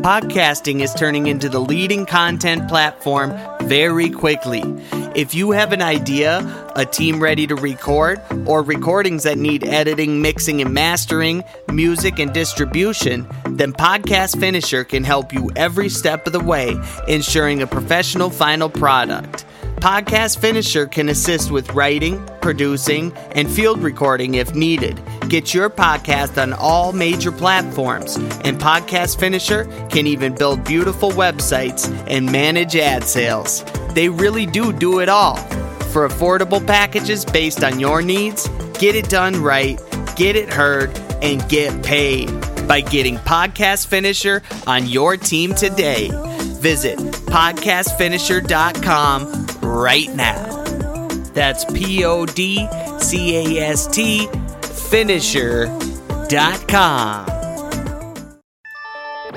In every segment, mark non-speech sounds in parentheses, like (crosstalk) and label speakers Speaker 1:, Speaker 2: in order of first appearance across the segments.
Speaker 1: podcasting is turning into the leading content platform very quickly. If you have an idea, a team ready to record, or recordings that need editing, mixing, and mastering, music, and distribution, then Podcast Finisher can help you every step of the way, ensuring a professional final product. Podcast Finisher can assist with writing, producing, and field recording if needed. Get your podcast on all major platforms, and Podcast Finisher can even build beautiful websites and manage ad sales. They really do do it all. For affordable packages based on your needs, get it done right, get it heard, and get paid by getting Podcast Finisher on your team today. Visit podcastfinisher.com right now. That's P O D C A S T finisher.com.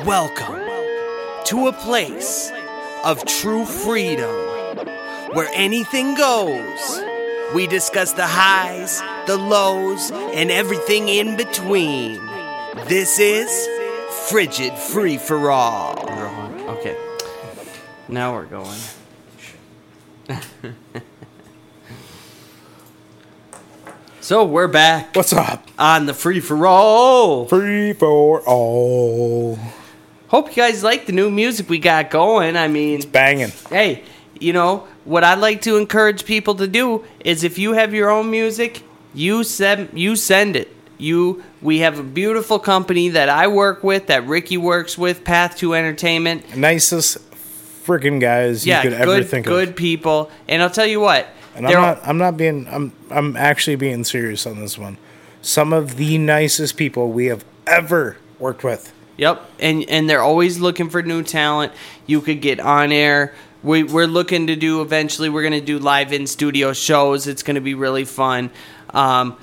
Speaker 1: Welcome to a place of true freedom where anything goes. We discuss the highs, the lows, and everything in between. This is Frigid Free for All. Okay. Now we're going. (laughs) So we're back
Speaker 2: What's up?
Speaker 1: on the free for all.
Speaker 2: Free for all.
Speaker 1: Hope you guys like the new music we got going. I mean,
Speaker 2: Banging.
Speaker 1: hey, you know, what I'd like to encourage people to do is if you have your own music, you send you send it. You we have a beautiful company that I work with, that Ricky works with, Path to Entertainment.
Speaker 2: Nicest freaking guys
Speaker 1: yeah,
Speaker 2: you could ever
Speaker 1: good
Speaker 2: think
Speaker 1: good
Speaker 2: of.
Speaker 1: people. And I'll tell you what,
Speaker 2: And
Speaker 1: they're-
Speaker 2: I'm not I'm not being I'm I'm actually being serious on this one. Some of the nicest people we have ever worked with.
Speaker 1: Yep, and and they're always looking for new talent. You could get on air. We we're looking to do eventually. We're gonna do live in studio shows. It's gonna be really fun. Um,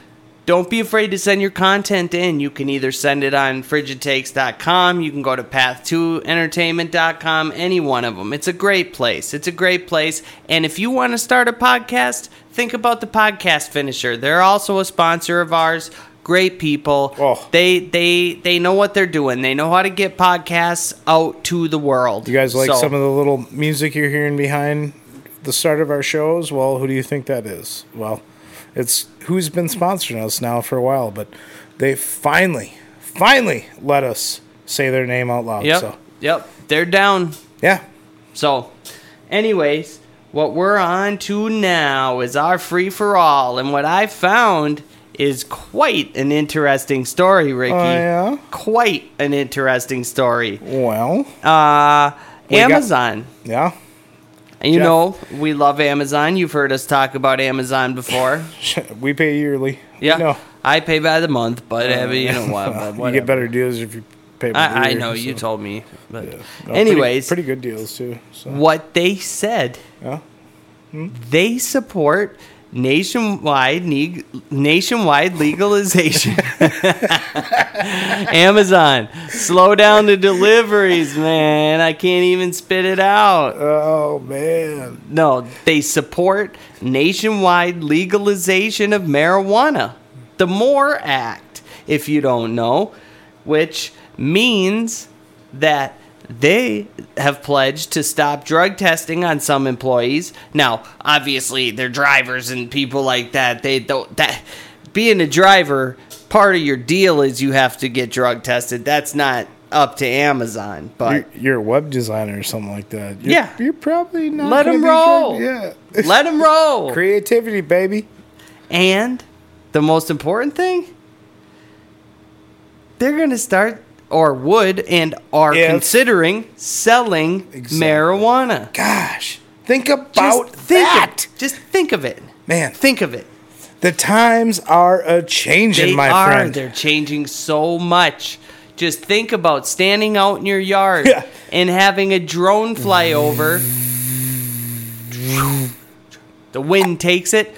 Speaker 1: don't be afraid to send your content in. You can either send it on frigidtakes.com, you can go to path2entertainment.com, any one of them. It's a great place. It's a great place. And if you want to start a podcast, think about the podcast finisher. They're also a sponsor of ours. Great people
Speaker 2: Oh.
Speaker 1: they they they know what they're doing. They know how to get podcasts out to the world.
Speaker 2: You guys like some of the little music you're hearing behind the start of our shows? Well, who do you think that is? Well, it's who's been sponsoring us now for a while, but they finally, finally let us say their name out loud.
Speaker 1: Yep,
Speaker 2: So
Speaker 1: yep, they're down.
Speaker 2: yeah.
Speaker 1: So, anyways, what we're on to now is our free for all, and what I found is quite an interesting story, Ricky.
Speaker 2: Oh, yeah?
Speaker 1: Quite an interesting story.
Speaker 2: Well,
Speaker 1: Uh,
Speaker 2: got-
Speaker 1: Amazon.
Speaker 2: yeah. (laughs)
Speaker 1: you
Speaker 2: Jeff.
Speaker 1: know, we love Amazon. You've heard us talk about Amazon
Speaker 2: (laughs)
Speaker 1: before.
Speaker 2: We pay yearly.
Speaker 1: Yeah.
Speaker 2: No.
Speaker 1: I pay by the month, but I mean, you know what? But
Speaker 2: Uh, (laughs) you
Speaker 1: whatever.
Speaker 2: get better deals if you pay. by the
Speaker 1: I, I
Speaker 2: year,
Speaker 1: know you
Speaker 2: so-
Speaker 1: told me, but
Speaker 2: No, pretty-
Speaker 1: anyways,
Speaker 2: pretty, good deals too. So
Speaker 1: what they said,
Speaker 2: yeah,
Speaker 1: they support nationwide neg- nationwide legalization. (laughs) Amazon, slow down the deliveries, man. I can't even spit it out.
Speaker 2: oh man,
Speaker 1: No, they support nationwide legalization of marijuana, the MORE Act, if you don't know, which means that they have pledged to stop drug testing on some employees. Now, obviously, they're drivers and people like that. They don't that being a driver, part of your deal is you have to get drug tested. That's not up to Amazon, but
Speaker 2: you're, you're a web designer or something like that. You're,
Speaker 1: Yeah.
Speaker 2: you're probably not.
Speaker 1: Let
Speaker 2: gonna
Speaker 1: 'em
Speaker 2: be drug-
Speaker 1: roll.
Speaker 2: yeah,
Speaker 1: let them roll.
Speaker 2: (laughs) creativity, baby.
Speaker 1: And the most important thing, they're going to start or would and are
Speaker 2: Yes.
Speaker 1: considering selling
Speaker 2: Exactly.
Speaker 1: marijuana.
Speaker 2: Gosh, think
Speaker 1: Just
Speaker 2: about
Speaker 1: think
Speaker 2: that,
Speaker 1: Of, just think of it.
Speaker 2: man.
Speaker 1: Think of it.
Speaker 2: the times are a changing,
Speaker 1: They
Speaker 2: my
Speaker 1: are.
Speaker 2: friend.
Speaker 1: They're changing so much. Just think about standing out in your yard
Speaker 2: Yeah.
Speaker 1: and having a drone fly over. The wind takes
Speaker 2: (laughs)
Speaker 1: it.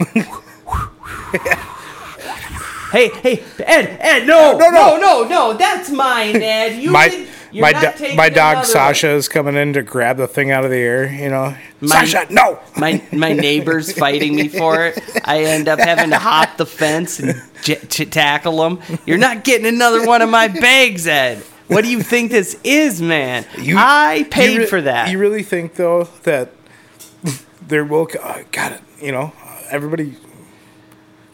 Speaker 1: hey, hey, Ed, Ed, no,
Speaker 2: No,
Speaker 1: no,
Speaker 2: no,
Speaker 1: no, no, that's mine, Ed. You
Speaker 2: my
Speaker 1: did- you're
Speaker 2: my
Speaker 1: not
Speaker 2: do-
Speaker 1: taking
Speaker 2: my dog
Speaker 1: another
Speaker 2: Sasha is coming in to grab the thing out of the air. You know,
Speaker 1: My-
Speaker 2: Sasha, no.
Speaker 1: one. My
Speaker 2: (laughs)
Speaker 1: my neighbors fighting me for it. I end up having to hop the fence and j- t- tackle them. You're not getting another one of my bags, Ed. What do you think this is, man?
Speaker 2: You-
Speaker 1: I paid
Speaker 2: you re-
Speaker 1: for that.
Speaker 2: You really think though that there will? co- Oh, got it. You know, everybody.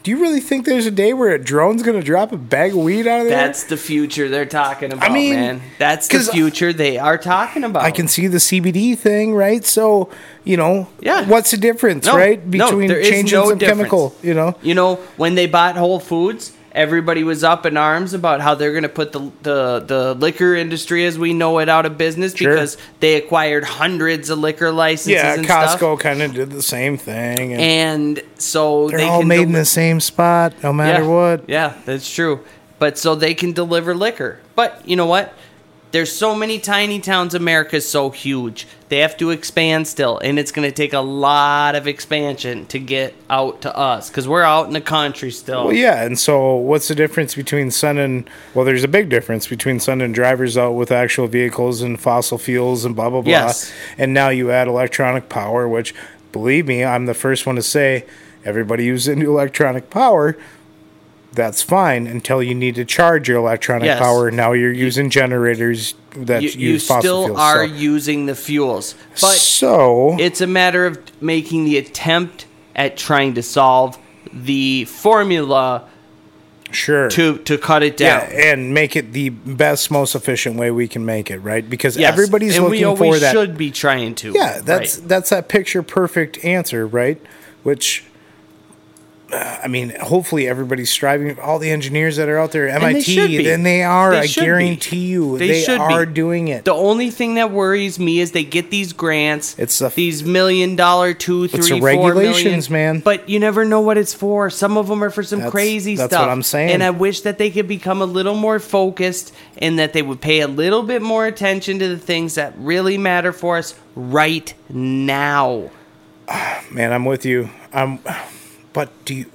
Speaker 2: Do you really think there's a day where a drone's gonna drop a bag of weed out of there?
Speaker 1: That's the future they're talking about,
Speaker 2: mean,
Speaker 1: man. That's the
Speaker 2: 'cause I-
Speaker 1: future they are talking about.
Speaker 2: I can see the CBD thing, right? So you know,
Speaker 1: Yeah.
Speaker 2: What's the difference,
Speaker 1: No,
Speaker 2: right,
Speaker 1: no,
Speaker 2: between
Speaker 1: there is
Speaker 2: changing
Speaker 1: no
Speaker 2: some
Speaker 1: difference.
Speaker 2: chemical? You know,
Speaker 1: You know, when they bought Whole Foods, everybody was up in arms about how they're going to put the, the the liquor industry as we know it out of business
Speaker 2: Sure.
Speaker 1: because they acquired hundreds of liquor licenses
Speaker 2: yeah,
Speaker 1: and stuff.
Speaker 2: Costco kind of did the same thing, and,
Speaker 1: And so
Speaker 2: they're
Speaker 1: they
Speaker 2: all
Speaker 1: can
Speaker 2: made
Speaker 1: deli-
Speaker 2: in the same spot, no
Speaker 1: yeah,
Speaker 2: matter what.
Speaker 1: Yeah, that's true. But so they can deliver liquor. But you know what? There's so many tiny towns. America's so huge. They have to expand still, and it's going to take a lot of expansion to get out to us because we're out in the country still.
Speaker 2: Well, yeah, and so what's the difference between sending? Well, there's a big difference between sending drivers out with actual vehicles and fossil fuels and blah blah blah,
Speaker 1: Yes.
Speaker 2: and now you add electronic power, which, believe me, I'm the first one to say everybody who's into (laughs) electronic power. That's fine until you need to charge your electronic
Speaker 1: Yes.
Speaker 2: power. Now you're using generators that
Speaker 1: you,
Speaker 2: use
Speaker 1: you
Speaker 2: fossil
Speaker 1: still
Speaker 2: fuels.
Speaker 1: are
Speaker 2: so,
Speaker 1: using the fuels but
Speaker 2: so
Speaker 1: it's a matter of making the attempt at trying to solve the formula
Speaker 2: sure
Speaker 1: to to cut it
Speaker 2: Yeah,
Speaker 1: down
Speaker 2: and make it the best, most efficient way we can make it, right? Because
Speaker 1: Yes,
Speaker 2: everybody's
Speaker 1: and we
Speaker 2: looking
Speaker 1: always
Speaker 2: for that.
Speaker 1: should be trying to
Speaker 2: Yeah, that's
Speaker 1: right.
Speaker 2: that's that picture perfect answer, right? Which uh, I mean, hopefully everybody's striving. All the engineers that are out there,
Speaker 1: they should
Speaker 2: MIT,
Speaker 1: be.
Speaker 2: then they are.
Speaker 1: They
Speaker 2: I
Speaker 1: should be.
Speaker 2: guarantee you,
Speaker 1: They
Speaker 2: they,
Speaker 1: should be.
Speaker 2: are doing it.
Speaker 1: the only thing that worries me is they get these grants
Speaker 2: It's the-
Speaker 1: these million dollar two three
Speaker 2: the
Speaker 1: four million,
Speaker 2: regulations, man.
Speaker 1: but you never know what it's for some of them are for some
Speaker 2: That's-
Speaker 1: crazy
Speaker 2: that's
Speaker 1: stuff
Speaker 2: what I'm saying.
Speaker 1: and i wish that they could become a little more focused and that they would pay a little bit more attention to the things that really matter for us right now
Speaker 2: Man, I'm with you. I'm. But do you?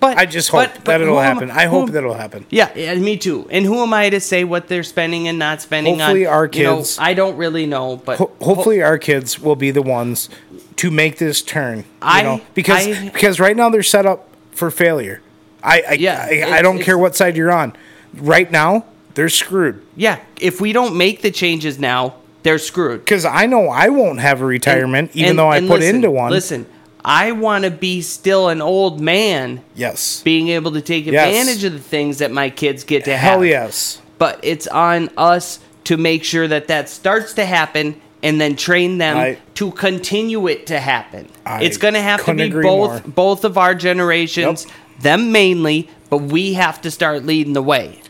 Speaker 1: but
Speaker 2: I just hope
Speaker 1: but- but
Speaker 2: that it'll
Speaker 1: who am-
Speaker 2: happen. I
Speaker 1: who-
Speaker 2: hope that'll happen.
Speaker 1: yeah, yeah, me too. And who am I to say what they're spending and not spending
Speaker 2: Hopefully
Speaker 1: on?
Speaker 2: our
Speaker 1: you know,
Speaker 2: kids-
Speaker 1: I don't really know, but
Speaker 2: Ho- hopefully, our kids will be the ones to make this turn. You
Speaker 1: I-
Speaker 2: know? because
Speaker 1: I-
Speaker 2: because right now they're set up for failure. I I,
Speaker 1: Yeah,
Speaker 2: I, I
Speaker 1: it's-
Speaker 2: don't care
Speaker 1: it's-
Speaker 2: what side you're on. Right now, they're screwed.
Speaker 1: yeah, if we don't make the changes now, they're screwed.
Speaker 2: because I know I won't have a retirement, even
Speaker 1: And-
Speaker 2: though I
Speaker 1: and
Speaker 2: put
Speaker 1: listen,
Speaker 2: into one.
Speaker 1: Listen, I want to be still an old man,
Speaker 2: yes,
Speaker 1: being able to take
Speaker 2: Yes.
Speaker 1: advantage of the things that my kids get to have.
Speaker 2: hell yes,
Speaker 1: But it's on us to make sure that that starts to happen and then train them
Speaker 2: I-
Speaker 1: to continue it to happen.
Speaker 2: I
Speaker 1: it's going to have to
Speaker 2: couldn't
Speaker 1: be
Speaker 2: agree
Speaker 1: both
Speaker 2: more.
Speaker 1: both of our generations, them mainly, but we have to start leading the way.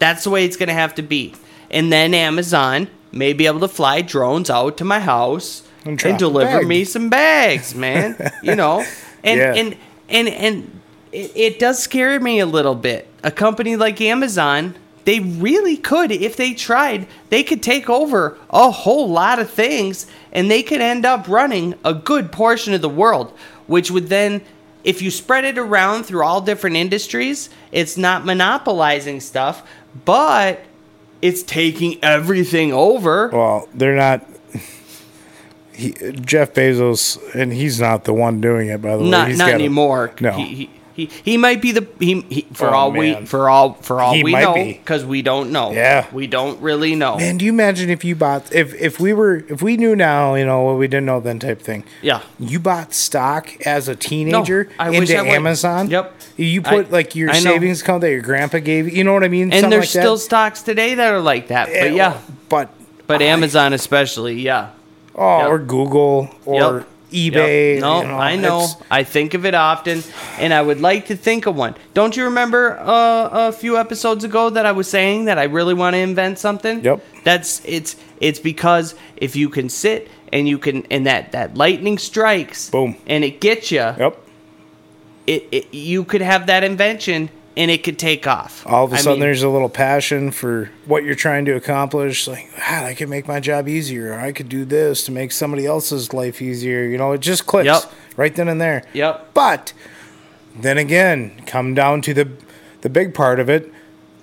Speaker 1: That's the way it's going to have to be. And then Amazon may be able to fly drones out to my house
Speaker 2: And
Speaker 1: and,
Speaker 2: drop a
Speaker 1: deliver
Speaker 2: bag.
Speaker 1: me some bags, man. you know, and
Speaker 2: Yeah.
Speaker 1: and and and it, it does scare me a little bit. A company like Amazon, they really could, if they tried, they could take over a whole lot of things, and they could end up running a good portion of the world, which would then. If you spread it around through all different industries, it's not monopolizing stuff, but it's taking everything over.
Speaker 2: well, they're not. (laughs) He, Jeff Bezos, and he's not the one doing it. By the way,
Speaker 1: not
Speaker 2: He's
Speaker 1: not
Speaker 2: got a-
Speaker 1: anymore.
Speaker 2: no,
Speaker 1: He, he, he, he might be the he, he for
Speaker 2: Oh,
Speaker 1: all we
Speaker 2: man.
Speaker 1: for all for all
Speaker 2: He
Speaker 1: we
Speaker 2: might
Speaker 1: know
Speaker 2: be.
Speaker 1: because we don't know.
Speaker 2: Yeah.
Speaker 1: we don't really know.
Speaker 2: man. Do you imagine if you bought if if we were if we knew now, you know what we didn't know then type thing.
Speaker 1: Yeah.
Speaker 2: you bought stock as a teenager
Speaker 1: I wish
Speaker 2: into
Speaker 1: I would.
Speaker 2: Amazon.
Speaker 1: Yep.
Speaker 2: you put
Speaker 1: I-
Speaker 2: like your
Speaker 1: I know.
Speaker 2: savings account that your grandpa gave. you. You know what I mean?
Speaker 1: and
Speaker 2: Something
Speaker 1: there's
Speaker 2: like that. Eh,
Speaker 1: still stocks today that are like that. But yeah,
Speaker 2: but
Speaker 1: but Amazon especially. Yeah.
Speaker 2: Oh,
Speaker 1: Yep.
Speaker 2: or Google or
Speaker 1: Yep.
Speaker 2: eBay.
Speaker 1: No,
Speaker 2: you
Speaker 1: I know.
Speaker 2: it's-
Speaker 1: I think of it often, and I would like to think of one. Don't you remember uh, a few episodes ago that I was saying that I really want to invent something?
Speaker 2: Yep.
Speaker 1: That's it's it's because if you can sit and you can and that that lightning strikes,
Speaker 2: Boom.
Speaker 1: and it gets you.
Speaker 2: Yep.
Speaker 1: It, it you could have that invention and it could take off.
Speaker 2: All of a
Speaker 1: I
Speaker 2: sudden,
Speaker 1: mean,
Speaker 2: there's a little passion for what you're trying to accomplish. Like, God, I could make my job easier. Or I could do this to make somebody else's life easier. You know, it just clicks
Speaker 1: Yep.
Speaker 2: right then and there.
Speaker 1: Yep.
Speaker 2: But then again, come down to the the big part of it,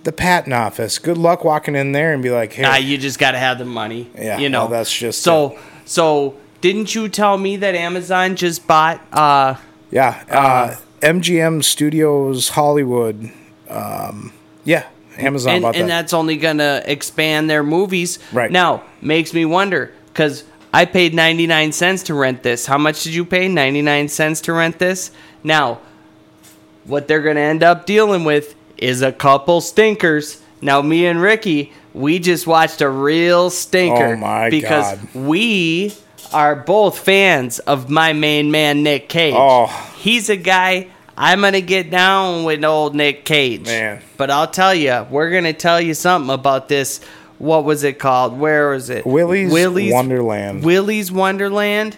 Speaker 2: the patent office. Good luck walking in there and be like, hey,
Speaker 1: Nah, ah, you just got to have the money.
Speaker 2: Yeah,
Speaker 1: you know
Speaker 2: well, that's just
Speaker 1: so. So didn't you tell me that Amazon just bought? uh Uh-huh.
Speaker 2: yeah, uh, MGM Studios Hollywood. Um, yeah, Amazon
Speaker 1: and,
Speaker 2: bought
Speaker 1: and
Speaker 2: that.
Speaker 1: that's only going to expand their movies.
Speaker 2: Right.
Speaker 1: Now, makes me wonder because I paid 99 cents to rent this. How much did you pay? 99 cents to rent this? Now, what they're going to end up dealing with is a couple stinkers. Now, me and Ricky, we just watched a real stinker
Speaker 2: Oh, my
Speaker 1: because
Speaker 2: God.
Speaker 1: we are both fans of my main man, Nick Cage.
Speaker 2: Oh.
Speaker 1: He's a guy. I'm gonna get down with old Nick Cage.
Speaker 2: Man.
Speaker 1: But I'll tell you, we're gonna tell you something about this. What was it called? Where was it?
Speaker 2: Willy's Wonderland.
Speaker 1: Willie's Wonderland.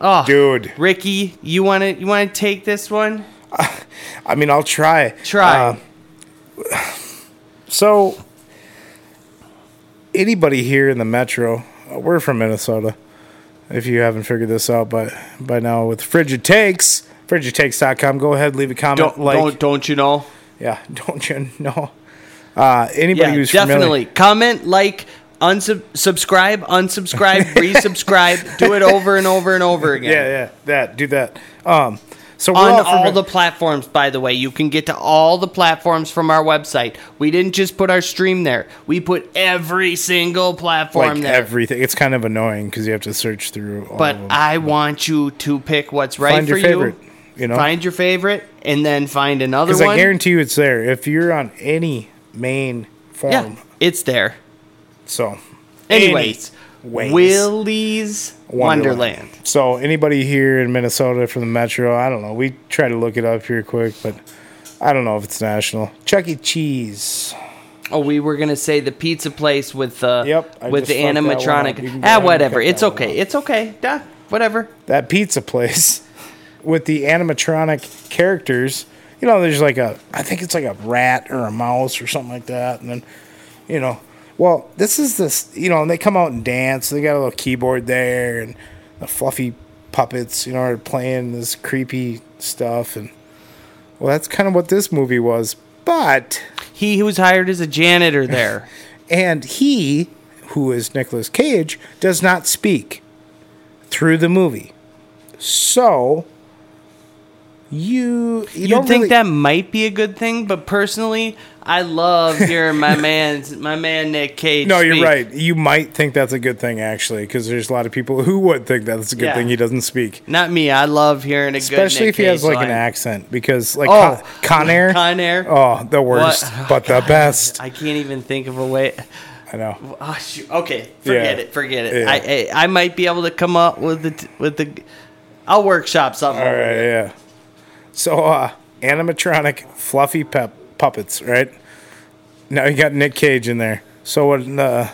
Speaker 1: Oh,
Speaker 2: Dude.
Speaker 1: Ricky, you wanna you wanna take this one?
Speaker 2: I mean, I'll try.
Speaker 1: Try.
Speaker 2: Uh, so, anybody here in the metro, uh, we're from Minnesota. If you haven't figured this out by by now, with frigid takes, frigidtakes.com, go ahead, leave a comment.
Speaker 1: don't,
Speaker 2: like,
Speaker 1: don't don't you know?
Speaker 2: yeah, (laughs) don't you know? Uh, anybody
Speaker 1: Yeah,
Speaker 2: who's
Speaker 1: definitely.
Speaker 2: familiar,
Speaker 1: Comment, like, unsub- subscribe,
Speaker 2: (laughs)
Speaker 1: unsubscribe, resubscribe. Do it over and over and over again.
Speaker 2: yeah, yeah, that do that. Um, so we're
Speaker 1: on
Speaker 2: all,
Speaker 1: all,
Speaker 2: fami-
Speaker 1: the platforms by the way you can get to all the platforms from our website we didn't just put our stream there we put every single platform
Speaker 2: like
Speaker 1: there
Speaker 2: everything. It's kind of annoying because you have to search through. All
Speaker 1: but
Speaker 2: of them.
Speaker 1: i want you to pick what's right
Speaker 2: find
Speaker 1: for
Speaker 2: your favorite.
Speaker 1: you
Speaker 2: You, know,
Speaker 1: find your favorite and then find another
Speaker 2: Because
Speaker 1: one
Speaker 2: I guarantee you it's there. If you're on any main form.
Speaker 1: yeah it's there
Speaker 2: So,
Speaker 1: anyways
Speaker 2: Anyways.
Speaker 1: willie's wonderland,
Speaker 2: So, anybody here in Minnesota from the metro, I don't know. We try to look it up here quick, but I don't know if it's national. Chuck E. Cheese.
Speaker 1: Oh, we were gonna say the pizza place with the
Speaker 2: Yep, I
Speaker 1: with
Speaker 2: just
Speaker 1: the
Speaker 2: fucked that one up. You
Speaker 1: animatronic.
Speaker 2: can go ahead
Speaker 1: Ah,
Speaker 2: and
Speaker 1: whatever.
Speaker 2: cut
Speaker 1: It's
Speaker 2: that one
Speaker 1: okay. It's okay. Duh, whatever.
Speaker 2: That pizza place (laughs) with the animatronic characters. You know, there's like a, I think it's like a rat or a mouse or something like that. And then, you know, well, this is this, you know, and they come out and dance. They got a little keyboard there and the fluffy puppets, you know, are playing this creepy stuff. And, well, that's kind of what this movie was. But,
Speaker 1: He who was hired as a janitor
Speaker 2: (laughs)
Speaker 1: there.
Speaker 2: and he, who is Nicolas Cage, does not speak through the movie. So, you, you
Speaker 1: you
Speaker 2: don't
Speaker 1: would think
Speaker 2: really-
Speaker 1: that might be a good thing, but personally, I love hearing
Speaker 2: (laughs)
Speaker 1: my man's my man Nick Cage.
Speaker 2: (laughs) No, you're
Speaker 1: speak.
Speaker 2: right. You might think that's a good thing, actually, because there's a lot of people who would think that's a good
Speaker 1: Yeah.
Speaker 2: thing he doesn't speak.
Speaker 1: Not me. I love hearing a
Speaker 2: Especially
Speaker 1: good Nick
Speaker 2: if he has
Speaker 1: Cage
Speaker 2: like
Speaker 1: line.
Speaker 2: an accent, because like
Speaker 1: Oh,
Speaker 2: Con, Con Air,
Speaker 1: Con Air.
Speaker 2: oh, the worst,
Speaker 1: What? (laughs)
Speaker 2: but the best. I,
Speaker 1: I can't even think of a way.
Speaker 2: know.
Speaker 1: Oh, shoot. Okay, forget
Speaker 2: Yeah.
Speaker 1: it. Forget it.
Speaker 2: Yeah.
Speaker 1: I, I I might be able to come up with the with the. I'll workshop something.
Speaker 2: All right, yeah. So, uh, animatronic fluffy pep puppets, right? Now you got Nick Cage in there. So when uh,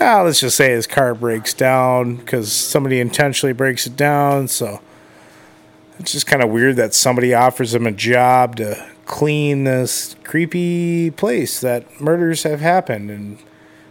Speaker 2: ah, let's just say his car breaks down because somebody intentionally breaks it down. So it's just kind of weird that somebody offers him a job to clean this creepy place that murders have happened and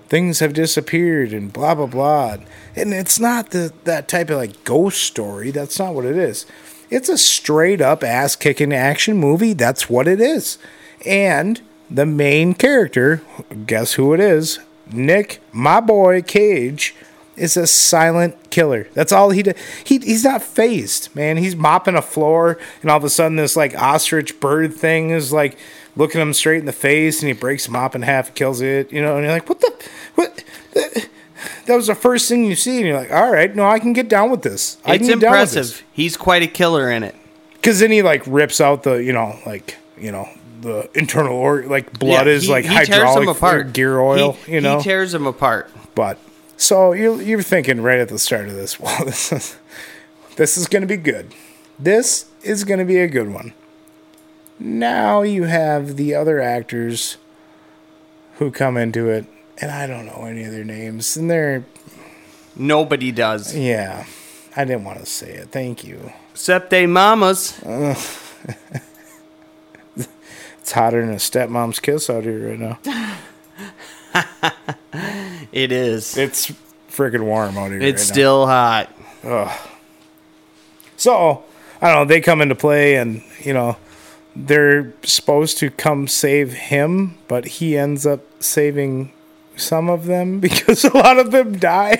Speaker 2: things have disappeared and blah blah blah. And it's not the that type of like ghost story. That's not what it is. It's a straight up ass kicking action movie. That's what it is. And the main character, guess who it is? Nick, my boy Cage, is a silent killer. That's all he did. He, he's not phased, man. He's mopping a floor, and all of a sudden, this like ostrich bird thing is like looking him straight in the face, and he breaks him up in half, and kills it. You know, and you're like, what the, what? uh, That was the first thing you see, and you're like, all right, no, I can get down with this. I can
Speaker 1: It's
Speaker 2: get down with this.
Speaker 1: impressive. He's quite a killer in it.
Speaker 2: Because then he like rips out the you know like you know the internal or like blood
Speaker 1: Yeah,
Speaker 2: is
Speaker 1: he-
Speaker 2: like
Speaker 1: he tears 'em
Speaker 2: hydraulic or gear oil,
Speaker 1: He-
Speaker 2: you know.
Speaker 1: he tears them apart.
Speaker 2: but so you're you're thinking right at the start of this, (laughs) well, this is this is going to be good. This is going to be a good one. Now you have the other actors who come into it, and I don't know any of their names, and they're
Speaker 1: Nobody does.
Speaker 2: yeah. I didn't want to say it. Thank you.
Speaker 1: Septe mamas.
Speaker 2: Oh. It's hotter than a stepmom's kiss out here right now.
Speaker 1: It is.
Speaker 2: It's freaking warm out here. right
Speaker 1: It's
Speaker 2: now.
Speaker 1: still hot.
Speaker 2: so I don't know. They come into play, and you know they're supposed to come save him, but he ends up saving some of them (laughs) because a lot of them die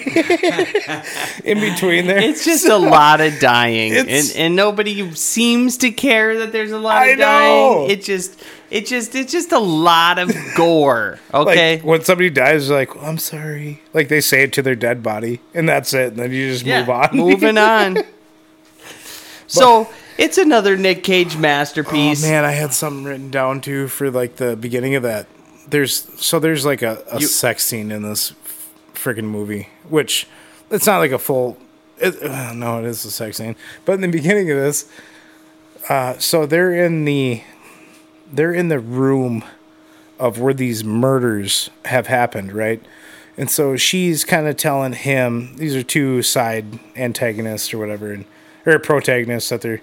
Speaker 2: (laughs) in between there.
Speaker 1: It's just a lot of dying,
Speaker 2: It's-
Speaker 1: and and nobody seems to care that there's a lot
Speaker 2: I
Speaker 1: of dying.
Speaker 2: know.
Speaker 1: It just, it just, it's just a lot of gore.
Speaker 2: (laughs) like
Speaker 1: Okay,
Speaker 2: when somebody dies, they're like, "I'm sorry," like they say it to their dead body, and that's it. And then you just move on. (laughs)
Speaker 1: moving on. so it's another Nick Cage masterpiece.
Speaker 2: Oh man, I had something written down too for like the beginning of that. There's so there's like a, a
Speaker 1: You-
Speaker 2: sex scene in this freaking movie, which it's not like a full. It, uh, no, it is a sex scene, but in the beginning of this, uh, so they're in the they're in the room of where these murders have happened, right? And so she's kind of telling him these are two side antagonists or whatever, and or protagonists that they're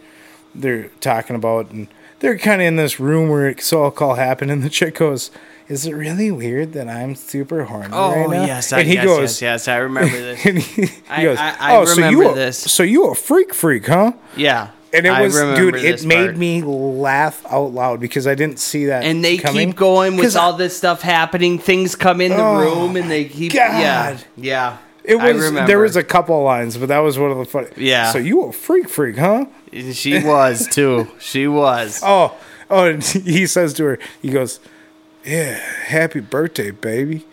Speaker 2: they're talking about, and they're kind of in this room where it's all call happened, and the chick goes, "Is it really weird that I'm super horny right
Speaker 1: Oh
Speaker 2: now?"
Speaker 1: yes, I,
Speaker 2: and he
Speaker 1: yes,
Speaker 2: goes,
Speaker 1: yes, yes, I remember this.
Speaker 2: (laughs) and he, he
Speaker 1: I-
Speaker 2: goes,
Speaker 1: I- I
Speaker 2: "Oh, so you
Speaker 1: remember
Speaker 2: a,
Speaker 1: this."
Speaker 2: so you a freak freak, huh?"
Speaker 1: Yeah,
Speaker 2: And it
Speaker 1: I
Speaker 2: was, dude,
Speaker 1: remember
Speaker 2: it
Speaker 1: this
Speaker 2: made
Speaker 1: part.
Speaker 2: me laugh out loud because I didn't see that.
Speaker 1: And they
Speaker 2: coming.
Speaker 1: keep going
Speaker 2: 'Cause Oh,
Speaker 1: with all this stuff happening. Things come in the room, and they keep. Yeah,
Speaker 2: God.
Speaker 1: yeah.
Speaker 2: It
Speaker 1: I
Speaker 2: was there
Speaker 1: remember.
Speaker 2: was a couple lines, but that was one of the funny.
Speaker 1: Yeah.
Speaker 2: So you a freak freak, huh?
Speaker 1: She was too. She was.
Speaker 2: Oh, oh. And (laughs) he says to her, he goes, "Yeah, happy birthday, baby."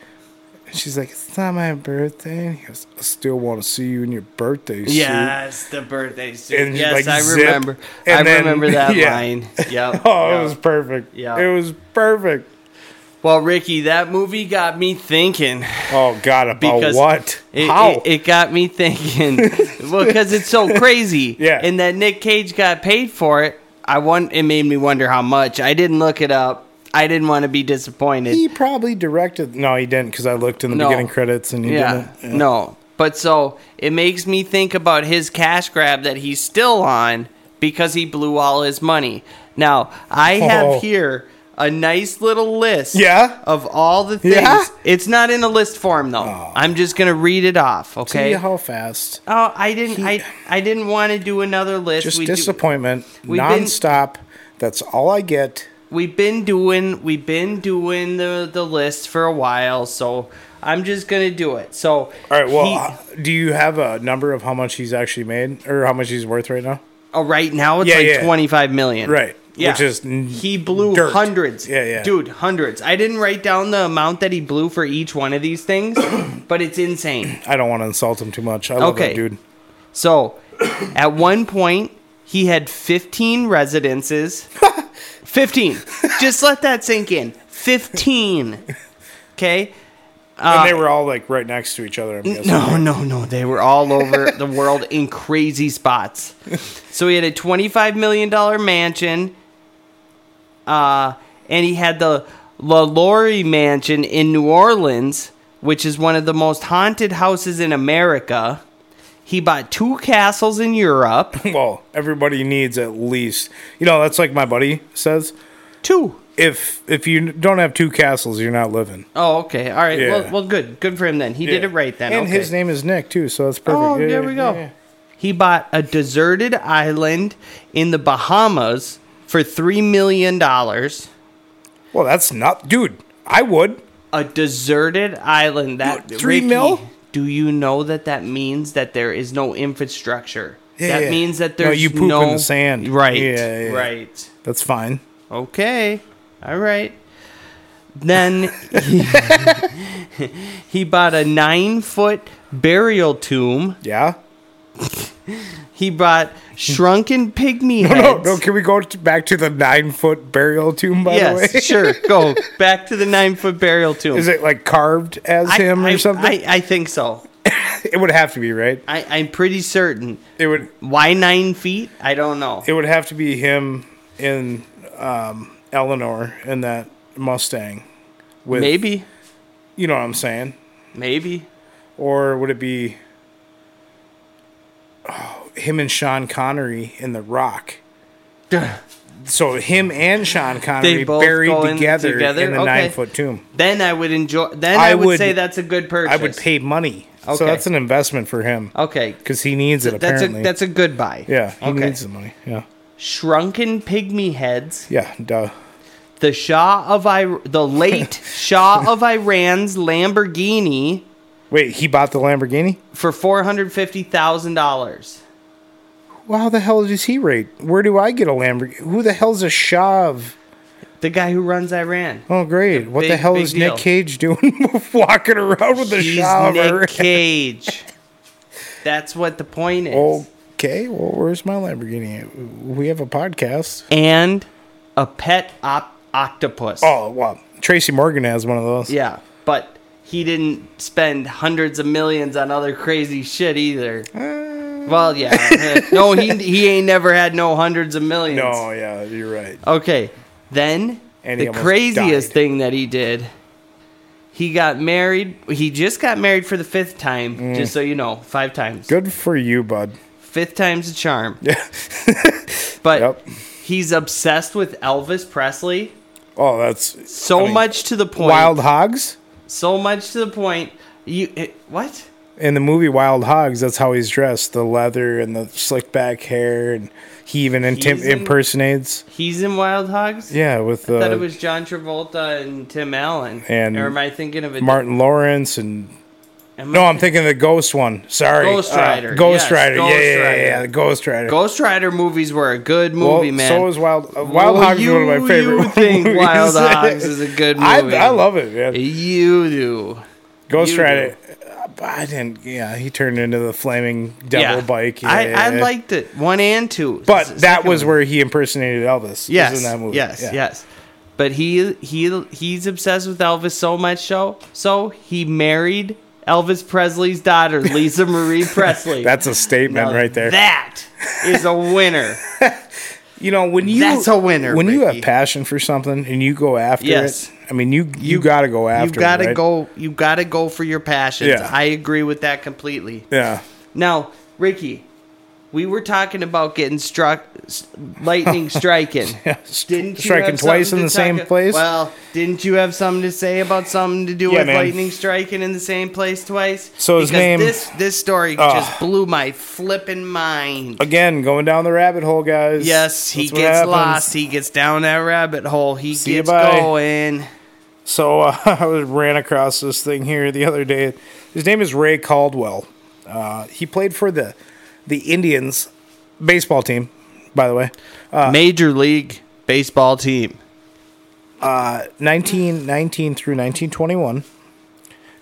Speaker 2: And she's like, "It's not my birthday." And he goes, "I still want to see you in your birthday suit."
Speaker 1: yes, the birthday suit.
Speaker 2: And,
Speaker 1: yes,
Speaker 2: like,
Speaker 1: I
Speaker 2: zip.
Speaker 1: remember.
Speaker 2: And
Speaker 1: I
Speaker 2: then-
Speaker 1: remember that
Speaker 2: (laughs) yeah.
Speaker 1: line. Yep.
Speaker 2: (laughs) Oh,
Speaker 1: yep.
Speaker 2: it was perfect.
Speaker 1: Yeah.
Speaker 2: It was perfect.
Speaker 1: well, Ricky, that movie got me thinking.
Speaker 2: Oh God, about
Speaker 1: Because
Speaker 2: what?
Speaker 1: It,
Speaker 2: How?
Speaker 1: It, it got me
Speaker 2: (laughs)
Speaker 1: thinking. well, because it's so crazy.
Speaker 2: Yeah.
Speaker 1: And that Nick Cage got paid for it. I want. It made me wonder how much. I didn't look it up. I didn't want to be disappointed.
Speaker 2: he probably directed. No, he didn't because I looked in the
Speaker 1: No.
Speaker 2: beginning credits and he
Speaker 1: yeah,
Speaker 2: didn't.
Speaker 1: No. But so it makes me think about his cash grab that he's still on because he blew all his money. Now, I
Speaker 2: Oh.
Speaker 1: have here a nice little list
Speaker 2: Yeah?
Speaker 1: of all the things.
Speaker 2: Yeah? Oh.
Speaker 1: It's not in a list form though. I'm just going to read it off, okay?
Speaker 2: See how fast?
Speaker 1: oh, I didn't
Speaker 2: He-
Speaker 1: I I didn't want to do another list.
Speaker 2: Just
Speaker 1: we do,
Speaker 2: disappointment,
Speaker 1: we've been-
Speaker 2: nonstop. That's all I get.
Speaker 1: we've been doing we've been doing the the list for a while, so I'm just going to do it. So
Speaker 2: All right. Well,
Speaker 1: he-
Speaker 2: uh, do you have a number of how much he's actually made or how much he's worth right now?
Speaker 1: Oh, right now it's
Speaker 2: Yeah,
Speaker 1: like
Speaker 2: yeah.
Speaker 1: 25 million.
Speaker 2: Right,
Speaker 1: Yeah.
Speaker 2: which is n-
Speaker 1: he blew
Speaker 2: dirt.
Speaker 1: hundreds.
Speaker 2: Yeah, yeah.
Speaker 1: Dude, hundreds. I didn't write down the amount that he blew for each one of these
Speaker 2: (coughs)
Speaker 1: things, but it's insane.
Speaker 2: I don't want to insult him too much. I love
Speaker 1: Okay.
Speaker 2: that dude.
Speaker 1: So, at one point, he had 15 residences.
Speaker 2: (laughs)
Speaker 1: 15. Just let that sink in.
Speaker 2: (laughs)
Speaker 1: 15. Okay?
Speaker 2: and they were all like right next to each other. I'm guessing.
Speaker 1: Uh, No, no, no. They were all over the world in crazy spots. So he had a $25 million mansion. Uh, and he had the La Laurie Mansion in New Orleans, which is one of the most haunted houses in America. He bought two castles in
Speaker 2: (laughs)
Speaker 1: Europe.
Speaker 2: Well, everybody needs at least. You know, that's like my buddy says.
Speaker 1: Two.
Speaker 2: If if you don't have two castles, you're not living.
Speaker 1: Oh, okay. All right.
Speaker 2: Yeah.
Speaker 1: Well, well, good. Good for him then. He did
Speaker 2: Yeah.
Speaker 1: it right then.
Speaker 2: And
Speaker 1: okay.
Speaker 2: his name is Nick too, so that's perfect.
Speaker 1: Oh,
Speaker 2: Yeah,
Speaker 1: there
Speaker 2: yeah,
Speaker 1: we go.
Speaker 2: yeah, yeah.
Speaker 1: He bought a deserted island in the Bahamas for three million dollars.
Speaker 2: Well, that's not, dude. I would.
Speaker 1: A deserted island. That
Speaker 2: What, three
Speaker 1: Ricky,
Speaker 2: mil?
Speaker 1: Do you know that that means that there is no infrastructure?
Speaker 2: Yeah,
Speaker 1: that
Speaker 2: yeah.
Speaker 1: means that
Speaker 2: No,
Speaker 1: there's
Speaker 2: you poop in
Speaker 1: no-
Speaker 2: the sand.
Speaker 1: Right.
Speaker 2: Yeah, yeah, yeah.
Speaker 1: Right.
Speaker 2: That's fine.
Speaker 1: Okay. All right. Then (laughs) he, he bought a nine foot burial tomb.
Speaker 2: Yeah.
Speaker 1: He bought shrunken pygmy heads.
Speaker 2: (laughs) No, no. Can we go t- back to the nine foot burial tomb? By
Speaker 1: yes, (laughs)
Speaker 2: the way, (laughs)
Speaker 1: sure. Go back to the nine foot burial tomb.
Speaker 2: is it like carved as
Speaker 1: I,
Speaker 2: him or
Speaker 1: I-
Speaker 2: something?
Speaker 1: I, I think so.
Speaker 2: it would have to be right.
Speaker 1: I, I'm pretty certain.
Speaker 2: It would.
Speaker 1: Why nine feet? I don't know.
Speaker 2: It would have to be him in um, Eleanor in that Mustang. With
Speaker 1: Maybe.
Speaker 2: you know what I'm saying, (sighs)
Speaker 1: Maybe.
Speaker 2: or would it be oh, him and Sean Connery in The Rock? So him and Sean Connery
Speaker 1: both go
Speaker 2: buried
Speaker 1: in
Speaker 2: together,
Speaker 1: together?
Speaker 2: in the
Speaker 1: Okay.
Speaker 2: nine foot tomb.
Speaker 1: Then I would enjoy. Then
Speaker 2: I
Speaker 1: I, would,
Speaker 2: would-
Speaker 1: say that's a good purchase.
Speaker 2: I would pay money. So
Speaker 1: Okay.
Speaker 2: that's an investment for him.
Speaker 1: Okay.
Speaker 2: Because he needs it
Speaker 1: That's a
Speaker 2: apparently.
Speaker 1: that's a good buy.
Speaker 2: yeah, he
Speaker 1: Okay.
Speaker 2: needs the money. Yeah.
Speaker 1: Shrunken pygmy heads.
Speaker 2: Yeah, duh.
Speaker 1: the Shah of I- the
Speaker 2: (laughs)
Speaker 1: late Shah of Iran's Lamborghini
Speaker 2: Wait, he bought the Lamborghini?
Speaker 1: for four hundred fifty thousand dollars.
Speaker 2: Well, how the hell does he rate? Where do I get a Lamborghini? Who the hell's a Shav?
Speaker 1: The guy who runs Iran.
Speaker 2: Oh, great. What the
Speaker 1: Big-
Speaker 2: hell
Speaker 1: big
Speaker 2: is
Speaker 1: deal.
Speaker 2: Nick Cage doing (laughs) walking around with a
Speaker 1: He's
Speaker 2: Shav? (laughs)
Speaker 1: Nick Cage. That's what the point is.
Speaker 2: Oh. Okay, well, where's my Lamborghini? at? We have a podcast.
Speaker 1: And a pet op- octopus.
Speaker 2: Oh, wow. Tracy Morgan has one of those.
Speaker 1: Yeah, but he didn't spend hundreds of millions on other crazy shit either.
Speaker 2: Uh.
Speaker 1: well, yeah. no, he he ain't never had no hundreds of millions.
Speaker 2: No, yeah, you're right.
Speaker 1: Okay. Then
Speaker 2: And
Speaker 1: the
Speaker 2: he almost
Speaker 1: craziest
Speaker 2: died.
Speaker 1: thing that he did, he got married. He just got married for the fifth time, just so you know, five times.
Speaker 2: Mm. Good for you, bud. (laughs)
Speaker 1: Fifth time's a charm. but
Speaker 2: Yep.
Speaker 1: he's obsessed with Elvis Presley
Speaker 2: Oh, that's
Speaker 1: so
Speaker 2: I mean,
Speaker 1: much to the point.
Speaker 2: Wild Hogs?
Speaker 1: So much to the point. You it, what?
Speaker 2: in the movie Wild Hogs, that's how he's dressed the leather and the slick back hair. And he even intim-
Speaker 1: He's in-
Speaker 2: impersonates.
Speaker 1: He's in Wild Hogs.
Speaker 2: Yeah, with
Speaker 1: I thought
Speaker 2: uh,
Speaker 1: it was John Travolta and Tim Allen.
Speaker 2: And
Speaker 1: or am I thinking of it?
Speaker 2: Martin Lawrence. And
Speaker 1: am
Speaker 2: no,
Speaker 1: I-
Speaker 2: I'm thinking of the Ghost one. Sorry.
Speaker 1: Ghost
Speaker 2: Uh,
Speaker 1: Rider.
Speaker 2: Ghost
Speaker 1: Yes,
Speaker 2: Rider.
Speaker 1: Ghost
Speaker 2: yeah, yeah, yeah,
Speaker 1: Rider.
Speaker 2: yeah, the Ghost Rider.
Speaker 1: Ghost Rider movies were a good
Speaker 2: Well,
Speaker 1: movie, man.
Speaker 2: So is Wild uh, Wild Hogs is one of
Speaker 1: you-
Speaker 2: my favorite.
Speaker 1: you think
Speaker 2: (laughs) movies.
Speaker 1: Wild Hogs is a good
Speaker 2: (laughs) I,
Speaker 1: movie.
Speaker 2: I love it. Man.
Speaker 1: You do.
Speaker 2: Ghost
Speaker 1: you
Speaker 2: Rider. uh, I didn't. Yeah, he turned into the flaming devil bike. Yeah,
Speaker 1: I,
Speaker 2: yeah,
Speaker 1: I
Speaker 2: yeah.
Speaker 1: liked it. One and two.
Speaker 2: But
Speaker 1: S-
Speaker 2: that
Speaker 1: second
Speaker 2: was
Speaker 1: one.
Speaker 2: where he impersonated Elvis.
Speaker 1: Yes.
Speaker 2: was in that movie.
Speaker 1: Yes.
Speaker 2: Yeah.
Speaker 1: Yes. But he he he's obsessed with Elvis so much so so he married Elvis Presley's daughter Lisa Marie
Speaker 2: (laughs)
Speaker 1: Presley.
Speaker 2: That's a statement
Speaker 1: Now
Speaker 2: right there.
Speaker 1: That is a
Speaker 2: (laughs)
Speaker 1: winner.
Speaker 2: you know, when you
Speaker 1: That's a winner,
Speaker 2: When you
Speaker 1: Ricky.
Speaker 2: have passion for something and you go after
Speaker 1: Yes.
Speaker 2: it, I mean, you you, got to go after.
Speaker 1: You got to
Speaker 2: it, right?
Speaker 1: go. You got to go for your passions.
Speaker 2: Yeah.
Speaker 1: I agree with that completely.
Speaker 2: Yeah. (laughs)
Speaker 1: Now, Ricky, we were talking about getting struck, s-
Speaker 2: (laughs)
Speaker 1: lightning striking.
Speaker 2: Yeah.
Speaker 1: Didn't you
Speaker 2: Striking
Speaker 1: have
Speaker 2: twice
Speaker 1: something
Speaker 2: in
Speaker 1: to
Speaker 2: the same
Speaker 1: talk-
Speaker 2: place?
Speaker 1: Well, didn't you have something to say about something to do
Speaker 2: Yeah,
Speaker 1: with
Speaker 2: man.
Speaker 1: lightning striking in the same place twice?
Speaker 2: So his
Speaker 1: Because
Speaker 2: name- Ah.
Speaker 1: This this story
Speaker 2: Ugh.
Speaker 1: just blew my flipping mind.
Speaker 2: Again, going down the rabbit hole, guys.
Speaker 1: Yes, he
Speaker 2: That's what
Speaker 1: gets
Speaker 2: happens.
Speaker 1: lost. He gets down that rabbit hole. He
Speaker 2: See you,
Speaker 1: gets
Speaker 2: bye.
Speaker 1: going.
Speaker 2: So uh, (laughs) I was- ran across this thing here the other day. His name is Ray Caldwell. Uh, he played for the the Indians baseball team, by the way. Ah.
Speaker 1: Major League Baseball team.
Speaker 2: 1919 through 1921.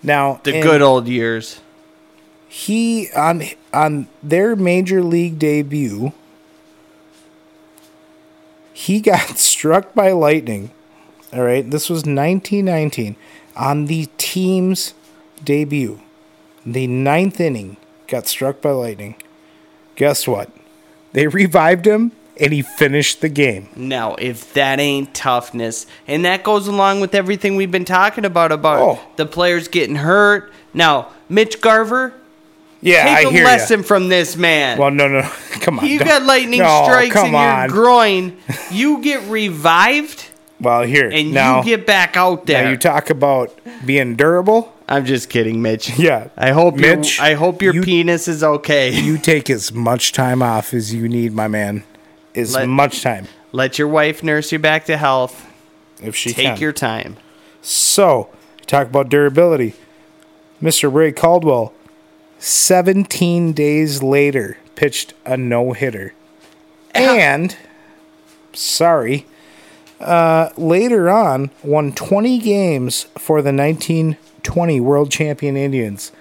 Speaker 2: Now,
Speaker 1: The
Speaker 2: in-
Speaker 1: good old years.
Speaker 2: he on on their major league debut he (laughs) got struck by lightning all right this was 1919 on the team's debut the ninth inning got struck by lightning guess what they revived him and he finished the game
Speaker 1: No, if that ain't toughness. And that goes along with everything we've been talking about about
Speaker 2: Oh.
Speaker 1: the players getting hurt. Now, Mitch Garver,
Speaker 2: yeah
Speaker 1: take
Speaker 2: i
Speaker 1: a
Speaker 2: hear
Speaker 1: lesson
Speaker 2: you
Speaker 1: from this man.
Speaker 2: well no (laughs) no no. come on
Speaker 1: you
Speaker 2: don't-
Speaker 1: got lightning
Speaker 2: No,
Speaker 1: strikes in
Speaker 2: come
Speaker 1: your
Speaker 2: on. (laughs)
Speaker 1: groin. You get revived
Speaker 2: well here
Speaker 1: and
Speaker 2: now,
Speaker 1: you get back out there.
Speaker 2: now you talk about being durable
Speaker 1: I'm just kidding, Mitch.
Speaker 2: (laughs) Yeah.
Speaker 1: I hope
Speaker 2: Mitch,
Speaker 1: your I hope your
Speaker 2: you-
Speaker 1: penis is okay.
Speaker 2: You take as much time off as you need, my man. As
Speaker 1: Let-
Speaker 2: much time.
Speaker 1: (laughs) Let your wife nurse you back to health.
Speaker 2: If she
Speaker 1: Take
Speaker 2: can.
Speaker 1: your time.
Speaker 2: so talk about durability. Mr. Ray Caldwell, 17 days later, pitched a no hitter. And sorry. Uh, later on, won 20 games for the 1920 World Champion Indians.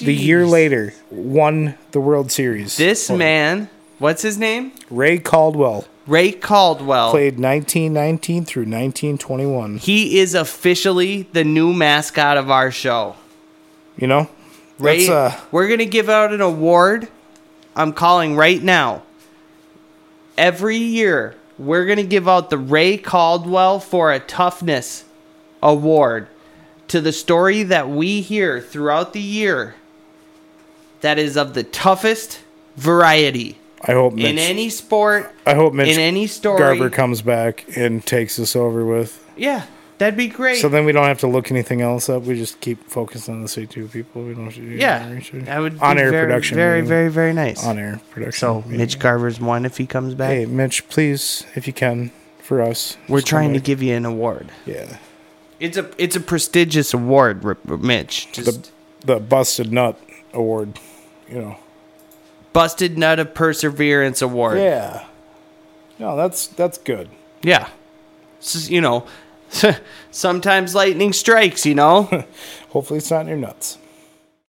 Speaker 2: The year
Speaker 1: Jeez.
Speaker 2: later, won the World Series.
Speaker 1: This
Speaker 2: for them.
Speaker 1: man, what's his name?
Speaker 2: Ray Caldwell,
Speaker 1: Ray Caldwell.
Speaker 2: played 1919 through 1921.
Speaker 1: He is officially the new mascot of our show.
Speaker 2: You know,
Speaker 1: Ray,
Speaker 2: that's uh,
Speaker 1: we're gonna give out an award. I'm calling right now. Every year, we're gonna give out the Ray Caldwell for a toughness award to the story that we hear throughout the year that is of the toughest variety
Speaker 2: I hope Mitch,
Speaker 1: in any sport,
Speaker 2: I hope Mitch
Speaker 1: in any story.
Speaker 2: Garber comes back and takes us over with.
Speaker 1: yeah, that'd be great.
Speaker 2: So then we don't have to look anything else up. We just keep focusing on the C two people. We don't have to do any
Speaker 1: Yeah,
Speaker 2: research.
Speaker 1: that would be
Speaker 2: on air
Speaker 1: very,
Speaker 2: production.
Speaker 1: Very,
Speaker 2: meeting.
Speaker 1: very, very nice.
Speaker 2: on air production.
Speaker 1: So
Speaker 2: meeting.
Speaker 1: Mitch Garver's one if he comes back.
Speaker 2: hey Mitch, please, if you can, for us.
Speaker 1: We're trying to give you an award.
Speaker 2: Yeah.
Speaker 1: It's a it's a prestigious award, R- R- Mitch. Just
Speaker 2: The, the Busted Nut Award, you know.
Speaker 1: busted nut of perseverance award.
Speaker 2: Yeah. No, that's that's good.
Speaker 1: Yeah. This (laughs) is, you know, sometimes lightning strikes, you know?
Speaker 2: Hopefully it's not in your nuts.